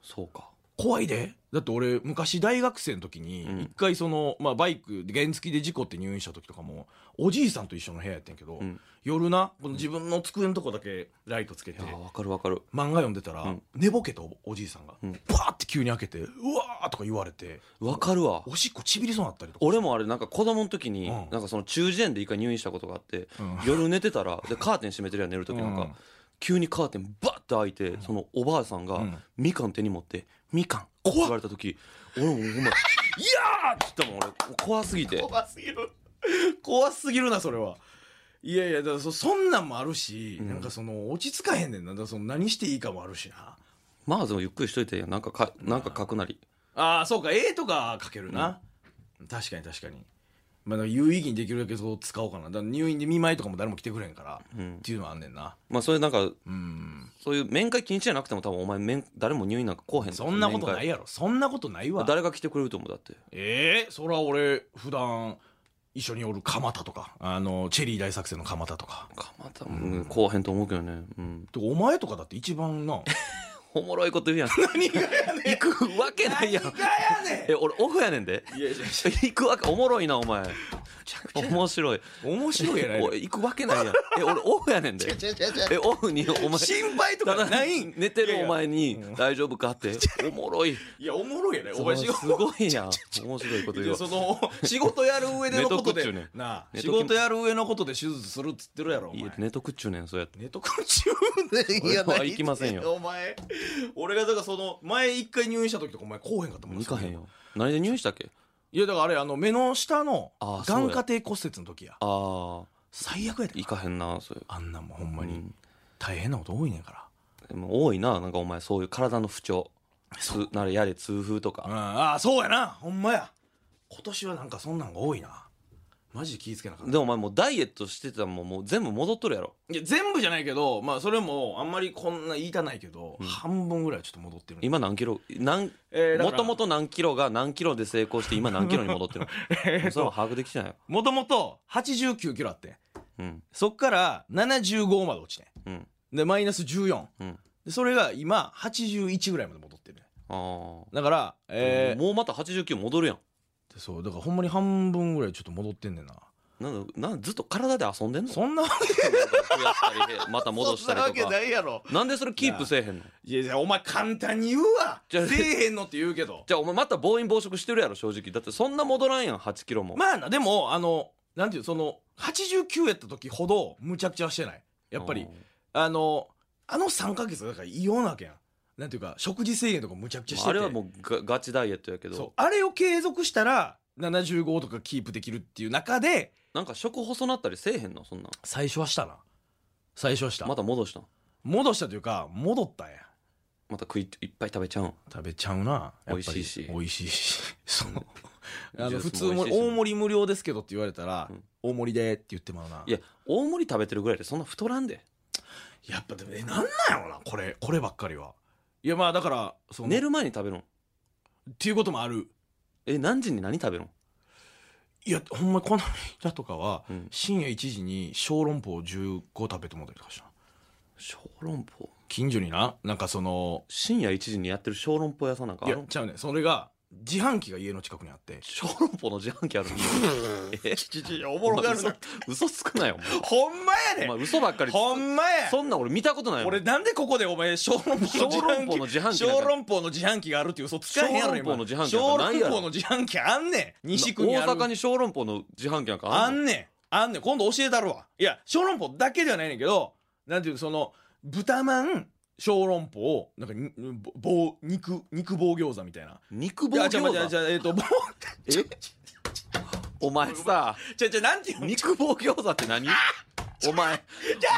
Speaker 2: そうか
Speaker 3: 怖いでだって俺昔大学生の時
Speaker 2: うん
Speaker 3: に一回その、まあ、バイクで原付で事故って入院した時とかもおじいさんと一緒の部屋やってんけど、
Speaker 2: うん
Speaker 3: 夜なこの自分の机のとこだけライトつけ
Speaker 2: い
Speaker 3: て
Speaker 2: やわかるわかる
Speaker 3: 漫画読んでたら、
Speaker 2: うん
Speaker 3: 寝ぼけたおおじいさんが、
Speaker 2: うん
Speaker 3: バーって急に開けて「うわ!」ーとか言われて
Speaker 2: わかるわ
Speaker 3: おしっこちびりそうになったりとか
Speaker 2: 俺もあれなんか子供の時に
Speaker 3: うん
Speaker 2: なんかその中耳炎で一回入院したことがあって
Speaker 3: うん
Speaker 2: 夜寝てたらでカーテン閉めてるやん寝る時なん
Speaker 3: う
Speaker 2: か
Speaker 3: ん
Speaker 2: 急にカーテンバッて開いてそのおばあさん
Speaker 3: う
Speaker 2: が
Speaker 3: ん
Speaker 2: みかん手に持って「みかん」って言われた時俺もほんま「いやー!」って言ったもん俺怖すぎて
Speaker 3: 怖すぎる怖すぎるなそれはいやいやだからそそんなんもあるし、
Speaker 2: うん
Speaker 3: なんかその落ち着かへんねんなだからその何していいかもあるしな
Speaker 2: まあでもゆっくりしといてなんかかなんか書くなり
Speaker 3: ああそうか絵とか描けるな、確かに確かにまあだから有意義にできるだけそう使おうかなだから入院で見舞いとかも誰も来てくれへんから、
Speaker 2: うん
Speaker 3: っていうのはあんねんな
Speaker 2: まあそれなんか
Speaker 3: うん
Speaker 2: そういう面会禁止じゃなくても多分お前面誰も入院なんか来おへん
Speaker 3: そんなことない
Speaker 2: 面
Speaker 3: やろそんなことないわ
Speaker 2: 会誰が来てくれると思うだって
Speaker 3: ええそら俺普段一緒におる蒲田とかあのチェリー大作戦の蒲田とか
Speaker 2: また、うん、後編と思うけどね、うん、
Speaker 3: てかお前とかだって一番な
Speaker 2: おもろいこと言うやん
Speaker 3: (laughs) 何がやね
Speaker 2: (laughs) 行くわけないやん
Speaker 3: ね
Speaker 2: え俺オフやねんで
Speaker 3: んいやいや
Speaker 2: 行くわけおもろいなお前面白い
Speaker 3: 面白いやない
Speaker 2: お行くわけないやんえ俺オフやねんでえオフにお前
Speaker 3: 心配とかないん
Speaker 2: 寝てるお前
Speaker 3: い
Speaker 2: に
Speaker 3: やいやうん
Speaker 2: 大丈夫
Speaker 3: (laughs)
Speaker 2: かっておもろい
Speaker 3: いやおもろいやないお前仕
Speaker 2: す
Speaker 3: 事
Speaker 2: ご
Speaker 3: (laughs)
Speaker 2: いやん面白いこと
Speaker 3: い
Speaker 2: 言う
Speaker 3: や
Speaker 2: わ
Speaker 3: その (laughs) 仕事やる上でのこと
Speaker 2: 寝とくっち
Speaker 3: で
Speaker 2: ゅうねん
Speaker 3: なあ
Speaker 2: 寝
Speaker 3: 仕
Speaker 2: とき
Speaker 3: 事やる上のことで手術するっつってるやろお
Speaker 2: い
Speaker 3: 前
Speaker 2: や寝とくっちゅうねんそうやって
Speaker 3: 寝とく中年やない
Speaker 2: 俺は行きませんよ
Speaker 3: お前俺がだからその前一回入院した時とかお前こうへんかったもん
Speaker 2: 行かへんよ何で入院したっけ
Speaker 3: いやだからあれあの目の下の
Speaker 2: あそうや
Speaker 3: 眼下底骨折の時や
Speaker 2: ああ
Speaker 3: 最悪やで
Speaker 2: 行かへんなそれ
Speaker 3: あんなもんほん
Speaker 2: ほ
Speaker 3: まに大変なこと多いねんか
Speaker 2: でも多いななんかお前そういう体の不調つならやれ痛風と
Speaker 3: らう
Speaker 2: か
Speaker 3: んああそうやなほんまや今年はなんかそんなんが多いなマジで気ぃつけなあかった
Speaker 2: でもお前もうダイエットしてたもんもう全部戻っとるやろ
Speaker 3: いや全部じゃないけどまあそれもあんまりこんな言いたないけど、
Speaker 2: うん
Speaker 3: 半分ぐらいはちょっと戻ってる
Speaker 2: 今何キロ何もともと何キロが何キロで成功して今何キロに戻ってるのそれは把握できてないよ
Speaker 3: (laughs) もともと89キロあって
Speaker 2: うん
Speaker 3: そっから75まで落ちて
Speaker 2: うん
Speaker 3: んでマイナス14
Speaker 2: うん
Speaker 3: でそれが今81ぐらいまで戻ってるね
Speaker 2: ああ、
Speaker 3: だからえー
Speaker 2: もうまた89戻るやん
Speaker 3: でそうだからほんまに半分ぐらいちょっと戻ってんねんな
Speaker 2: なんだなんずっと体で遊んでんの
Speaker 3: そんなわけ
Speaker 2: 増やしたりまた戻したりとか
Speaker 3: いやろ
Speaker 2: なんでそれキープせえへんの
Speaker 3: いやいやお前簡単に言うわ
Speaker 2: じゃあ
Speaker 3: せえへんのって言うけど
Speaker 2: じゃあお前また暴飲暴食してるやろ正直だってそんな戻らんやん8キロも
Speaker 3: まあなでもあのなんていうその89やった時ほどむちゃくちゃはしてないやっぱりあのあの3ヶ月がだから異様なわけやんなんていうか食事制限とかむちゃくちゃしてて
Speaker 2: あれはもうガガチダイエットやけ
Speaker 3: そう
Speaker 2: ど
Speaker 3: あれを継続したら75とかキープできるっていう中で
Speaker 2: なんか食細なったりせえへんのそんなん
Speaker 3: 最初はしたな最初はした
Speaker 2: また戻したん
Speaker 3: 戻したというか戻ったんや
Speaker 2: また食いいっぱい食べちゃうん
Speaker 3: 食べちゃうなやっぱり
Speaker 2: 美味しいし
Speaker 3: 美味しいし (laughs) その
Speaker 2: ジュ
Speaker 3: あ
Speaker 2: ース
Speaker 3: の
Speaker 2: も
Speaker 3: 普通
Speaker 2: 美
Speaker 3: も
Speaker 2: 味しいし
Speaker 3: 大盛り無料ですけどって言われたら、
Speaker 2: うん
Speaker 3: 大盛りでって言ってまうない
Speaker 2: や大盛り食べてるぐらいでそんな太らんで
Speaker 3: やっぱでもえなんなんやろなこれこればっかりはいやまあだからその
Speaker 2: 寝る前に食べるん
Speaker 3: っていうこともある
Speaker 2: え何時に何食べるん
Speaker 3: いやほんまこの間とかは、
Speaker 2: うん
Speaker 3: 深夜1時に小籠包15食べてもらったりとかした
Speaker 2: 小籠包
Speaker 3: 近所にななんかその
Speaker 2: 深夜1時にやってる小籠包屋さんなんかあ
Speaker 3: い
Speaker 2: る
Speaker 3: や
Speaker 2: ん
Speaker 3: ちゃうねそれが自販機が家の近くにあ (laughs) って
Speaker 2: 小籠包の自販機あ
Speaker 3: (laughs)
Speaker 2: るんえ
Speaker 3: お
Speaker 2: お前
Speaker 3: (laughs)
Speaker 2: 嘘 (laughs) 嘘つくなよ
Speaker 3: ほんまや
Speaker 2: お前お前嘘ばっかりつ
Speaker 3: ほんまや
Speaker 2: そんなん俺見たことないもん
Speaker 3: 俺なんでここでお前小籠
Speaker 2: 小籠包
Speaker 3: 包
Speaker 2: の
Speaker 3: の自
Speaker 2: 自
Speaker 3: 販機
Speaker 2: 販機なんか
Speaker 3: 小籠包の自販機があるっていう嘘つかへんやろ今
Speaker 2: 小籠包の自販機なん
Speaker 3: 小
Speaker 2: かない
Speaker 3: 籠
Speaker 2: やろ
Speaker 3: 包の自販機あんねん西区にある
Speaker 2: 大阪に小籠包の自販機なんか
Speaker 3: あ
Speaker 2: あんの
Speaker 3: んねんあんねん今度教えたるわいや小籠包だけではないねんけどなんていうのその豚まん小籠包なんかにぼ棒肉肉棒餃子みたいな
Speaker 2: 肉棒
Speaker 3: いやじゃあじゃあ
Speaker 2: 餃
Speaker 3: じゃ
Speaker 2: 子
Speaker 3: あえっと棒
Speaker 2: えお前さ
Speaker 3: (laughs) じゃあじゃあなんていうの
Speaker 2: 肉棒餃子って何お前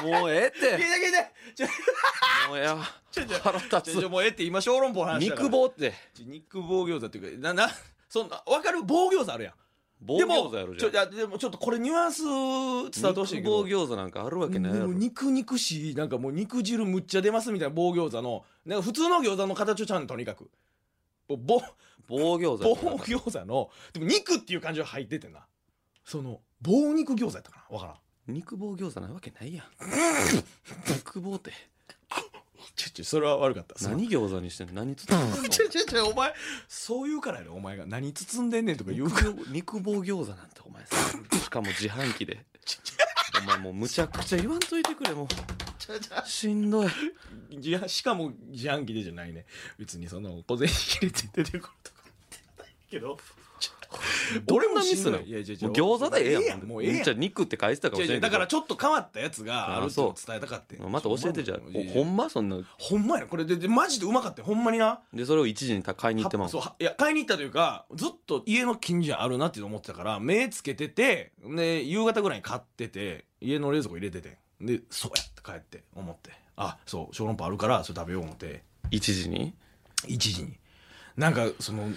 Speaker 2: もうええっ
Speaker 3: いや
Speaker 2: て
Speaker 3: いやいやじゃあ
Speaker 2: もうええわ
Speaker 3: ちょちょ
Speaker 2: 腹
Speaker 3: じ
Speaker 2: 立
Speaker 3: ゃあじゃあ
Speaker 2: つ
Speaker 3: もうええって今小籠包の話だから
Speaker 2: 肉棒って
Speaker 3: 肉棒餃子っていうかななそんな分かる棒餃子あるやん
Speaker 2: 棒
Speaker 3: でも
Speaker 2: 餃子やろ
Speaker 3: ち
Speaker 2: じ
Speaker 3: ょ
Speaker 2: ゃ
Speaker 3: いやでもちょっとこれニュアンス伝わ
Speaker 2: あ
Speaker 3: ってほしい
Speaker 2: 肉
Speaker 3: けど
Speaker 2: 棒餃子なんかあるわけないや
Speaker 3: で
Speaker 2: ろ
Speaker 3: も肉肉しいなんかもう肉汁むっちゃ出ますみたいな棒餃子のなんか普通の餃子の形をちゃうんとにかくぼぼ
Speaker 2: 棒餃子
Speaker 3: 棒
Speaker 2: やろ
Speaker 3: 餃子のでも肉っていう感じが入っててなその棒肉餃子やったかなわからん
Speaker 2: 肉棒餃子なわけないやん肉棒って
Speaker 3: ちょちょそれは悪かった
Speaker 2: 何餃子にしてんの何包んでん
Speaker 3: (laughs)
Speaker 2: の
Speaker 3: ちょちょちょお前そう言うからやねお前が何包んでんねんとか言うから
Speaker 2: 肉棒肉棒餃子なんてお前さしかも自販機でお前もうむちゃくちゃ言わんといてくれもうしんどい
Speaker 3: いやしかも自販機でじゃないね別にその小銭入れて出てくるとかけど
Speaker 2: どんなミスなの
Speaker 3: いやいやいや
Speaker 2: もう餃子でええやん
Speaker 3: もうええやん
Speaker 2: じゃあ肉って返したかも
Speaker 3: 違う
Speaker 2: し
Speaker 3: 違
Speaker 2: れ
Speaker 3: うん
Speaker 2: け
Speaker 3: だから
Speaker 2: ど
Speaker 3: ちょっと変わったやつがあるっていうのを
Speaker 2: あ
Speaker 3: 伝えたかって
Speaker 2: また教えてじゃあ
Speaker 3: いやいや
Speaker 2: ほんまそんな
Speaker 3: ほんまやなこれででマジでうまかったよほんまにな
Speaker 2: でそれを1時に買いに行ってまう
Speaker 3: そうはいや買いに行ったというかずっと家の近所にあるなっていうの思ってたから目つけててで夕方ぐらいに買ってて家の冷蔵庫入れててでそうやって帰って思ってあそう小籠包あるからそれ食べよう思って
Speaker 2: 1時に
Speaker 3: 1時になんかその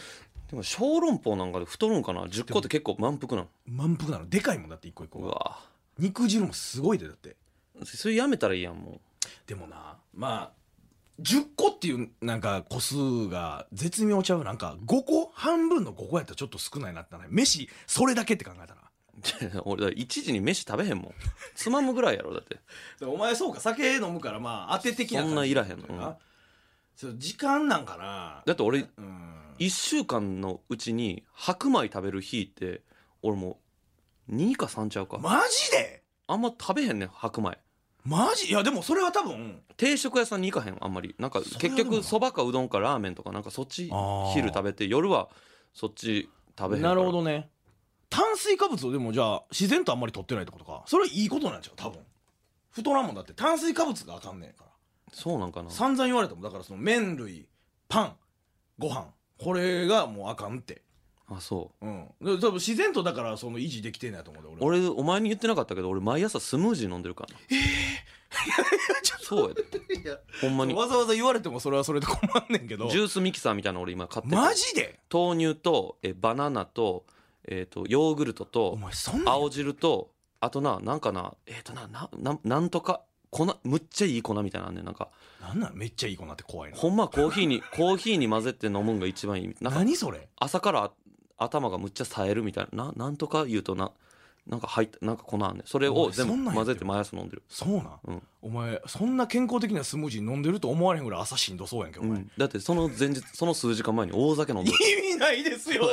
Speaker 2: でも小籠包なんかで太るんかな10個って結構満腹なの
Speaker 3: 満腹なのでかいもんだって一個一個
Speaker 2: う
Speaker 3: が
Speaker 2: わ
Speaker 3: 肉汁もすごいでだって
Speaker 2: それやめたらいいやんも
Speaker 3: でもなまあ10個っていうなんか個数が絶妙ちゃうなんか5個半分の5個やったらちょっと少ないなってな飯それだけって考えたら
Speaker 2: (laughs) 俺だ1時に飯食べへんもんつまむぐらいやろだって
Speaker 3: でお前そうか酒飲むからまあ当て的な感じ
Speaker 2: そんないらへんのうん
Speaker 3: そう時間なんかな
Speaker 2: だって俺
Speaker 3: うん
Speaker 2: 1週間のうちに白米食べる日って俺もう2か3ちゃうか、
Speaker 3: マジで
Speaker 2: あんま食べへんねん白米
Speaker 3: マジいやでもそれは多分
Speaker 2: 定食屋さんに行かへんあんまりなんか
Speaker 3: それは
Speaker 2: 結
Speaker 3: でもな
Speaker 2: 局そばかうどんかラーメンとかなんかそっち
Speaker 3: あー
Speaker 2: 昼食べて夜はそっち食べへんから
Speaker 3: なるほどね炭水化物をでもじゃあ自然とあんまり取ってないってことかそれはいいことなんちゃう多分太らんもんだって炭水化物があかんねんから
Speaker 2: そうなんかな
Speaker 3: 散々言われたもんだからその麺類パンご飯これがもうあかんって
Speaker 2: あそう
Speaker 3: うんで多分自然とだからその維持できてんのやと思うで (laughs) 俺は
Speaker 2: 俺お前に言ってなかったけど俺毎朝スムージー飲んでるからなええそ
Speaker 3: (laughs)
Speaker 2: うやで
Speaker 3: いや
Speaker 2: ほんまに
Speaker 3: わざわざ言われてもそれはそれで困んねんけど
Speaker 2: ジュースミキサーみたいなの俺今買ってて
Speaker 3: マジで
Speaker 2: 豆乳とえバナナと,、えー、とヨーグルト
Speaker 3: お
Speaker 2: と
Speaker 3: 前そんな
Speaker 2: 青汁とあとななんかなえっ、とななななんとか粉むっちゃいい粉みたいなのあんねんなんか
Speaker 3: なんなんめっちゃいい子なって怖いな
Speaker 2: ほんまはコーヒー
Speaker 3: (laughs)
Speaker 2: にコーヒーに混ぜて飲むんが一番いいなんか
Speaker 3: 何それ
Speaker 2: 朝からあ頭がむっちゃ冴えるみたいなななんとか言うとななんか入ったなんか粉あんねんそれ
Speaker 3: お
Speaker 2: を
Speaker 3: 前
Speaker 2: 全
Speaker 3: そんなん
Speaker 2: 部
Speaker 3: や
Speaker 2: 混
Speaker 3: って
Speaker 2: ぜて毎朝飲んでる
Speaker 3: そうなん、
Speaker 2: うん
Speaker 3: お前そんな健康的なスムージー飲んでると思われへんぐらい朝しんどそうやんけお前、
Speaker 2: うんだってその前日その数時間前に大酒飲んでる
Speaker 3: 意味ないですよ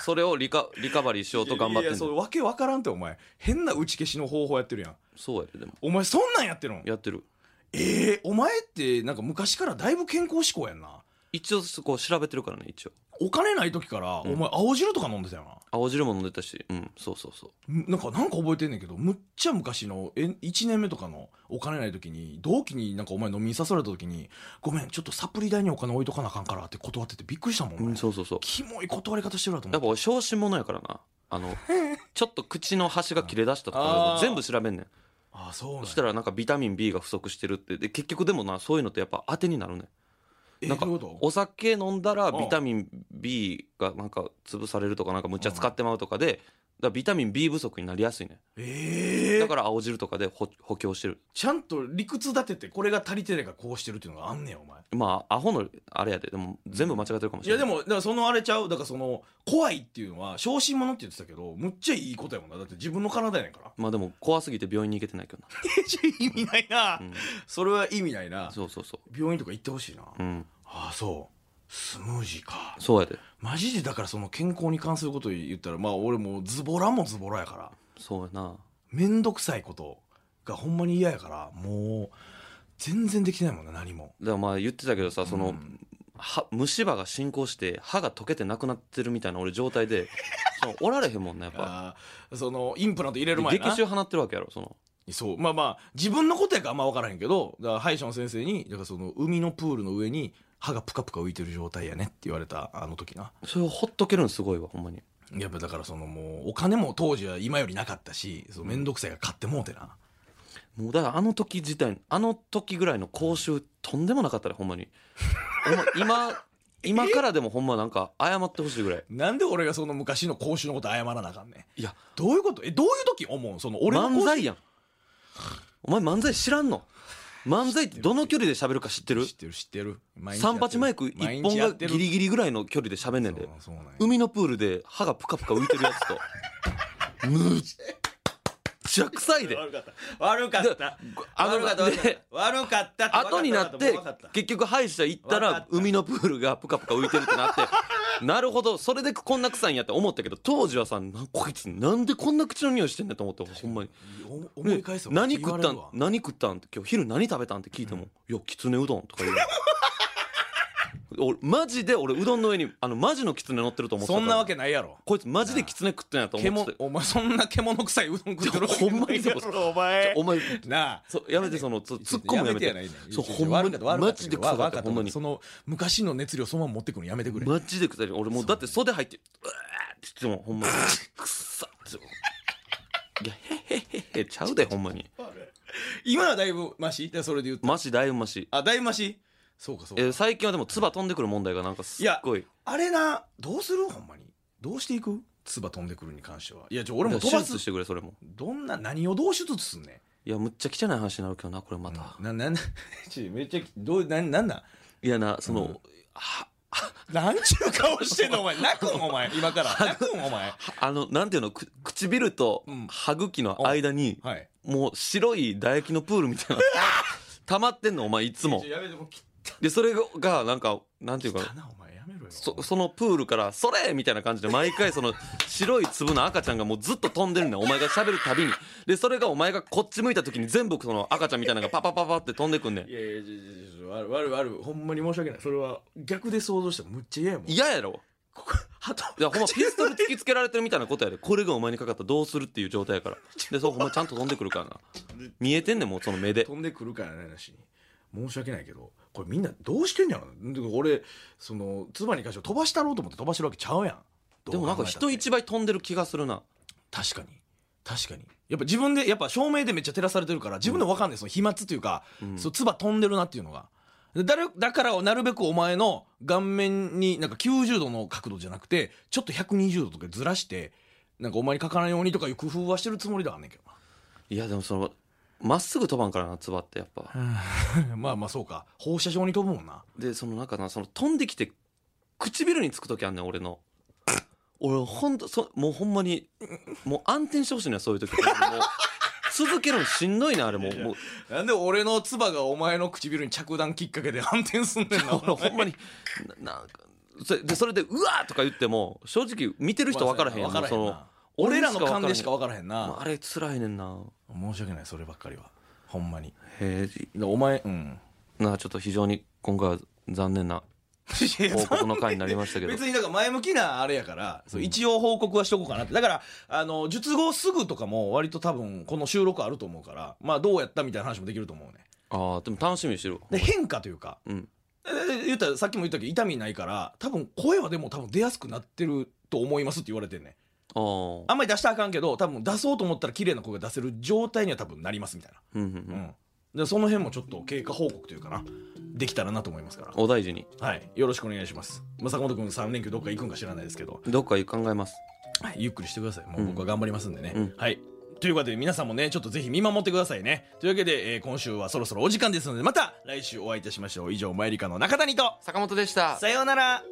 Speaker 2: それをリカリカバリーしようと頑張ってん
Speaker 3: いやいやそ
Speaker 2: の
Speaker 3: うわけわからんってお前変な打ち消しの方法やってるやん
Speaker 2: そうやででも
Speaker 3: お前そんなんやってるの
Speaker 2: やってる
Speaker 3: ええお前ってなんか昔からだいぶ健康志向やんな
Speaker 2: 一応こう調べてるからね一応
Speaker 3: お金ない時からお
Speaker 2: ん
Speaker 3: 前青汁とか飲んでたよな、
Speaker 2: 青汁も飲んでたしうんそうそうそうん
Speaker 3: なんかなんか覚えてんねんけどむっちゃ昔のえ1年目とかのお金ない時に同期になんかお前飲みに誘われた時に「ごめんちょっとサプリ代にお金置いとかなあかんから」って断っててびっくりしたもん、
Speaker 2: う
Speaker 3: 俺
Speaker 2: ん、そうそうそう
Speaker 3: キモい断り方してるなと思
Speaker 2: や
Speaker 3: って
Speaker 2: っぱ俺小心者やからな
Speaker 3: (laughs)
Speaker 2: あのちょっと口の端が切れ出したと
Speaker 3: あ
Speaker 2: か
Speaker 3: ー
Speaker 2: 全部調べんねん
Speaker 3: ああそうなん
Speaker 2: そ
Speaker 3: や
Speaker 2: したらなんかビタミン B が不足してるってで結局でもなそういうのってやっぱ当てになるねん
Speaker 3: え
Speaker 2: なんか
Speaker 3: どういうこと
Speaker 2: お酒飲んだら
Speaker 3: うん
Speaker 2: ビタミン B がなんか潰されるとかなんかむっちゃ使ってまうとかでだからビタミン B 不足になりやすいね
Speaker 3: ええ
Speaker 2: んだから青汁とかで補補強してる
Speaker 3: ちゃんと理屈立ててこれが足りてないからこうしてるっていうのがあんねんお前
Speaker 2: まあアホのあれやででも全部間違ってるかもし
Speaker 3: い
Speaker 2: れ
Speaker 3: や
Speaker 2: な
Speaker 3: で
Speaker 2: い
Speaker 3: もだからそのあれちゃうだからその怖いっていうのは小心者って言ってたけどむっちゃいいことやもんなだって自分の体やねん (laughs) から
Speaker 2: まあでも怖すぎて病院に行けてないけど
Speaker 3: 意味ないな、
Speaker 2: な、
Speaker 3: それは意味ない
Speaker 2: うん、
Speaker 3: な
Speaker 2: そうそうそ
Speaker 3: 病院とか行ってほしいな、
Speaker 2: ううん
Speaker 3: ああそうスムージーか
Speaker 2: そうやで
Speaker 3: マジでだからその健康に関すること言ったらまあ俺もうズボラもズボラやから
Speaker 2: そうやな
Speaker 3: めんどくさいことがほんまに嫌やからもう全然できてないもんな何も
Speaker 2: だからまあ言ってたけどさその、
Speaker 3: うん
Speaker 2: 歯虫歯が進行して歯が溶けてなくなってるみたいな俺状
Speaker 3: (laughs)
Speaker 2: 態でそのおられへんもんなやっぱ
Speaker 3: あーそのインプラント入れる前な
Speaker 2: 劇中放ってるわけやろその
Speaker 3: そうまあまあ自分のことやからあんま分からへんけどだから歯医者の先生にだからその海のプールの上に歯がプカプカ浮いてる状態やねって言われたあの時な
Speaker 2: それをほっとけるのすごいわほんまに
Speaker 3: やっぱだからそのもうお金も当時は今よりなかったしそう面倒くさいが買ってもうてな
Speaker 2: もうだからあの時自体あの時ぐらいの口臭とんでもなかったらほんまにほんま
Speaker 3: (laughs)
Speaker 2: 今今からでもほんまなんか謝ってほしいぐらい
Speaker 3: なんで俺がその昔の講習のこと謝らなあかんねん
Speaker 2: いや
Speaker 3: どういうことえどういう時思うその俺の
Speaker 2: 漫
Speaker 3: 講
Speaker 2: 才やんお前漫才知らんの漫才ってどの距離で喋るか知ってる
Speaker 3: 習知ってる知ってる毎日やって
Speaker 2: 三
Speaker 3: る
Speaker 2: 八マイク一
Speaker 3: 毎
Speaker 2: 本
Speaker 3: 日や
Speaker 2: が
Speaker 3: ってる
Speaker 2: ギリギリぐらいの距離で喋んねんで
Speaker 3: そうそうなんや
Speaker 2: 海のプールで歯がプカプカ浮いてるやつとむっちゃ臭い
Speaker 3: (laughs)
Speaker 2: で
Speaker 3: 悪かった悪かった
Speaker 2: あの
Speaker 3: 悪かった悪かった
Speaker 2: で
Speaker 3: 悪かったって
Speaker 2: 後になって
Speaker 3: 分かった
Speaker 2: 結局歯医者行った
Speaker 3: わかっ
Speaker 2: ら
Speaker 3: た
Speaker 2: 海のプールがプカプカ浮いてるってなってなるほどそれでこんな臭いんやって思ったけど当時はさなこいつなんでこんな口の匂いしてんねんと思ってほんまに
Speaker 3: お思い返すわ
Speaker 2: 何
Speaker 3: 言
Speaker 2: 食
Speaker 3: わ
Speaker 2: っ
Speaker 3: れ
Speaker 2: た
Speaker 3: る
Speaker 2: ん
Speaker 3: わ
Speaker 2: 何食ったんって今日昼何食べたんって聞いても「いやきつねうどん」とか言う俺マジで俺うどんの上にあのマジのきつね乗ってると思っ
Speaker 3: そ
Speaker 2: てたから
Speaker 3: んなわけないやろ
Speaker 2: こいつマジできつね食ってんやと思っ
Speaker 3: 獣
Speaker 2: てて
Speaker 3: お前そんな獣臭いうどん食ってるわけ
Speaker 2: ほんま
Speaker 3: な
Speaker 2: に
Speaker 3: い
Speaker 2: そ
Speaker 3: や (laughs)
Speaker 2: う
Speaker 3: ろお前
Speaker 2: お前
Speaker 3: なあ
Speaker 2: そうやめてそのつ突っ込むのやめて
Speaker 3: やないねん
Speaker 2: そう
Speaker 3: いや
Speaker 2: ほんま
Speaker 3: 悪かった悪か
Speaker 2: マ
Speaker 3: った
Speaker 2: ジで臭かっ
Speaker 3: 悪
Speaker 2: たほんまに
Speaker 3: その昔の熱量そのまま持ってくるのやめてくれ
Speaker 2: マジで臭い俺もうだって袖入って「うわ!」って言ってもほんまに「くっさ」っていやへへへへちゃうでほんまに
Speaker 3: (laughs) 今はだいぶマシだからそれで言うと
Speaker 2: マシだいぶマシ
Speaker 3: あだいぶマシそうかそう
Speaker 2: え
Speaker 3: か
Speaker 2: 最近はでも唾飛んでくる問題がなんかすっごい
Speaker 3: あれなどうするほんまにどうしていく唾飛んでくるに関してはいやちょ俺も
Speaker 2: だか
Speaker 3: 飛
Speaker 2: ら
Speaker 3: ば
Speaker 2: 手術
Speaker 3: す
Speaker 2: してくれそれも
Speaker 3: どんな何をどう手術すんねん
Speaker 2: いやむっちゃ汚い話になるけどなこれまた、
Speaker 3: なななちめっちゃどうなんなんなん
Speaker 2: いやなそうの、はは
Speaker 3: なんちゅう顔してんのお前泣くんお前今 (laughs) から泣くんお前
Speaker 2: あのなんていうのく唇と
Speaker 3: うん
Speaker 2: 歯茎の間に
Speaker 3: はい
Speaker 2: もう白い唾液のプールみた
Speaker 3: (laughs)
Speaker 2: いな溜まってんのお前いつも
Speaker 3: やめてもう切
Speaker 2: でそれがなんかなんていう
Speaker 3: った
Speaker 2: か
Speaker 3: なお前やめろよ
Speaker 2: そそのプールから「それ!」みたいな感じで毎回
Speaker 3: (laughs)
Speaker 2: その白い粒の赤ちゃんがもうずっと飛んでるんだよお前が喋るたびにでそれがお前がこっち向いた時に全部その赤ちゃんみたいなのがパパパパって飛んでくんねん
Speaker 3: いやいやいやいや悪い悪い悪いほんまに申し訳ないそれは逆で想像してもむっちゃ嫌やもん
Speaker 2: 嫌やろ
Speaker 3: ここ鳩
Speaker 2: いやほんまピストル突きつけられてるみたいなことやでこれがお前にかかったらどうするっていう状態やからでそうほんまちゃんと飛んでくるからな見えてんねんもうその目で
Speaker 3: 飛んでくるからねなしに申し訳ないけどこれみんなどうしてんやろで俺その唾に関しては飛ばしたろうと思って飛ばしてるわけちゃうやん
Speaker 2: でもなんか人一
Speaker 3: 倍
Speaker 2: 倍飛んでる気がするな
Speaker 3: 確かに確かにやっぱ自分でやっぱ照明でめっちゃ照らされてるから自分でも分かんないその飛沫というか、
Speaker 2: うん
Speaker 3: そう唾飛んでるなっていうのがでだるだからなるべくお前の顔面になんか90度の角度じゃなくてちょっと120度とかずらしてなんかお前にかからないようにとかいう工夫はしてるつもりではあんねんけどない
Speaker 2: やでもそのまっすぐ飛ばんからな唾ってやっぱ
Speaker 3: まあまあそうか放射状に飛ぶもんな
Speaker 2: でそのなんかなその飛んできて唇につく時あんねん俺の俺ほんとそもうほんまにもう暗転してほしいねそういう時もう続けるのしんどいなあれもうもう
Speaker 3: なんで俺の唾がお前の唇に着弾きっかけで反転すんねんな
Speaker 2: (laughs) 俺ほんまにななんかそれでそれで「うわ!」とか言っても正直見てる人分からへんやん,、
Speaker 3: まあ
Speaker 2: その
Speaker 3: 俺ら
Speaker 2: に
Speaker 3: の
Speaker 2: 分
Speaker 3: 勘でしか
Speaker 2: ら
Speaker 3: 分からへん
Speaker 2: へんもう
Speaker 3: な
Speaker 2: あれ辛いねんな
Speaker 3: 申し訳ないそればっかりはほんまに
Speaker 2: へ
Speaker 3: お前うん
Speaker 2: えなあちょっと非常に今回は残念ない
Speaker 3: や
Speaker 2: 報告の回になりましたけど
Speaker 3: 別にだから前向きなあれやから、そう一応報告はしとこうかなってだからあの術後すぐとかも割と多分この収録あると思うからまあどうやったみたいな話もできると思うね
Speaker 2: あーでも楽しみにしてるわ
Speaker 3: で変化というか
Speaker 2: うん
Speaker 3: え言ったらさっきも言ったけど痛みないから多分声はでも多分出やすくなってると思いますって言われてんね
Speaker 2: あー
Speaker 3: あんまり出したらあかんけど多分出そうと思ったら綺麗な声が出せる状態には多分なりますみたい
Speaker 2: うんうんう
Speaker 3: な、うんん、でその辺もちょっと経過報告というかなできたらなと思いますから
Speaker 2: お大事に
Speaker 3: はいよろしくお願いします、まあ、坂本君3連休どっか行くんか知らないですけど
Speaker 2: どっか考えます
Speaker 3: はいゆっくりしてください。もう
Speaker 2: うん
Speaker 3: 僕は頑張りますんでね。
Speaker 2: うん
Speaker 3: はい。ということで皆さんもね、ちょっとぜひ見守ってくださいね。というわけで、えー今週はそろそろお時間ですので、また来週お会いいたしましょう。以上、マイリカの中谷と、
Speaker 2: 坂本でした
Speaker 3: さようなら。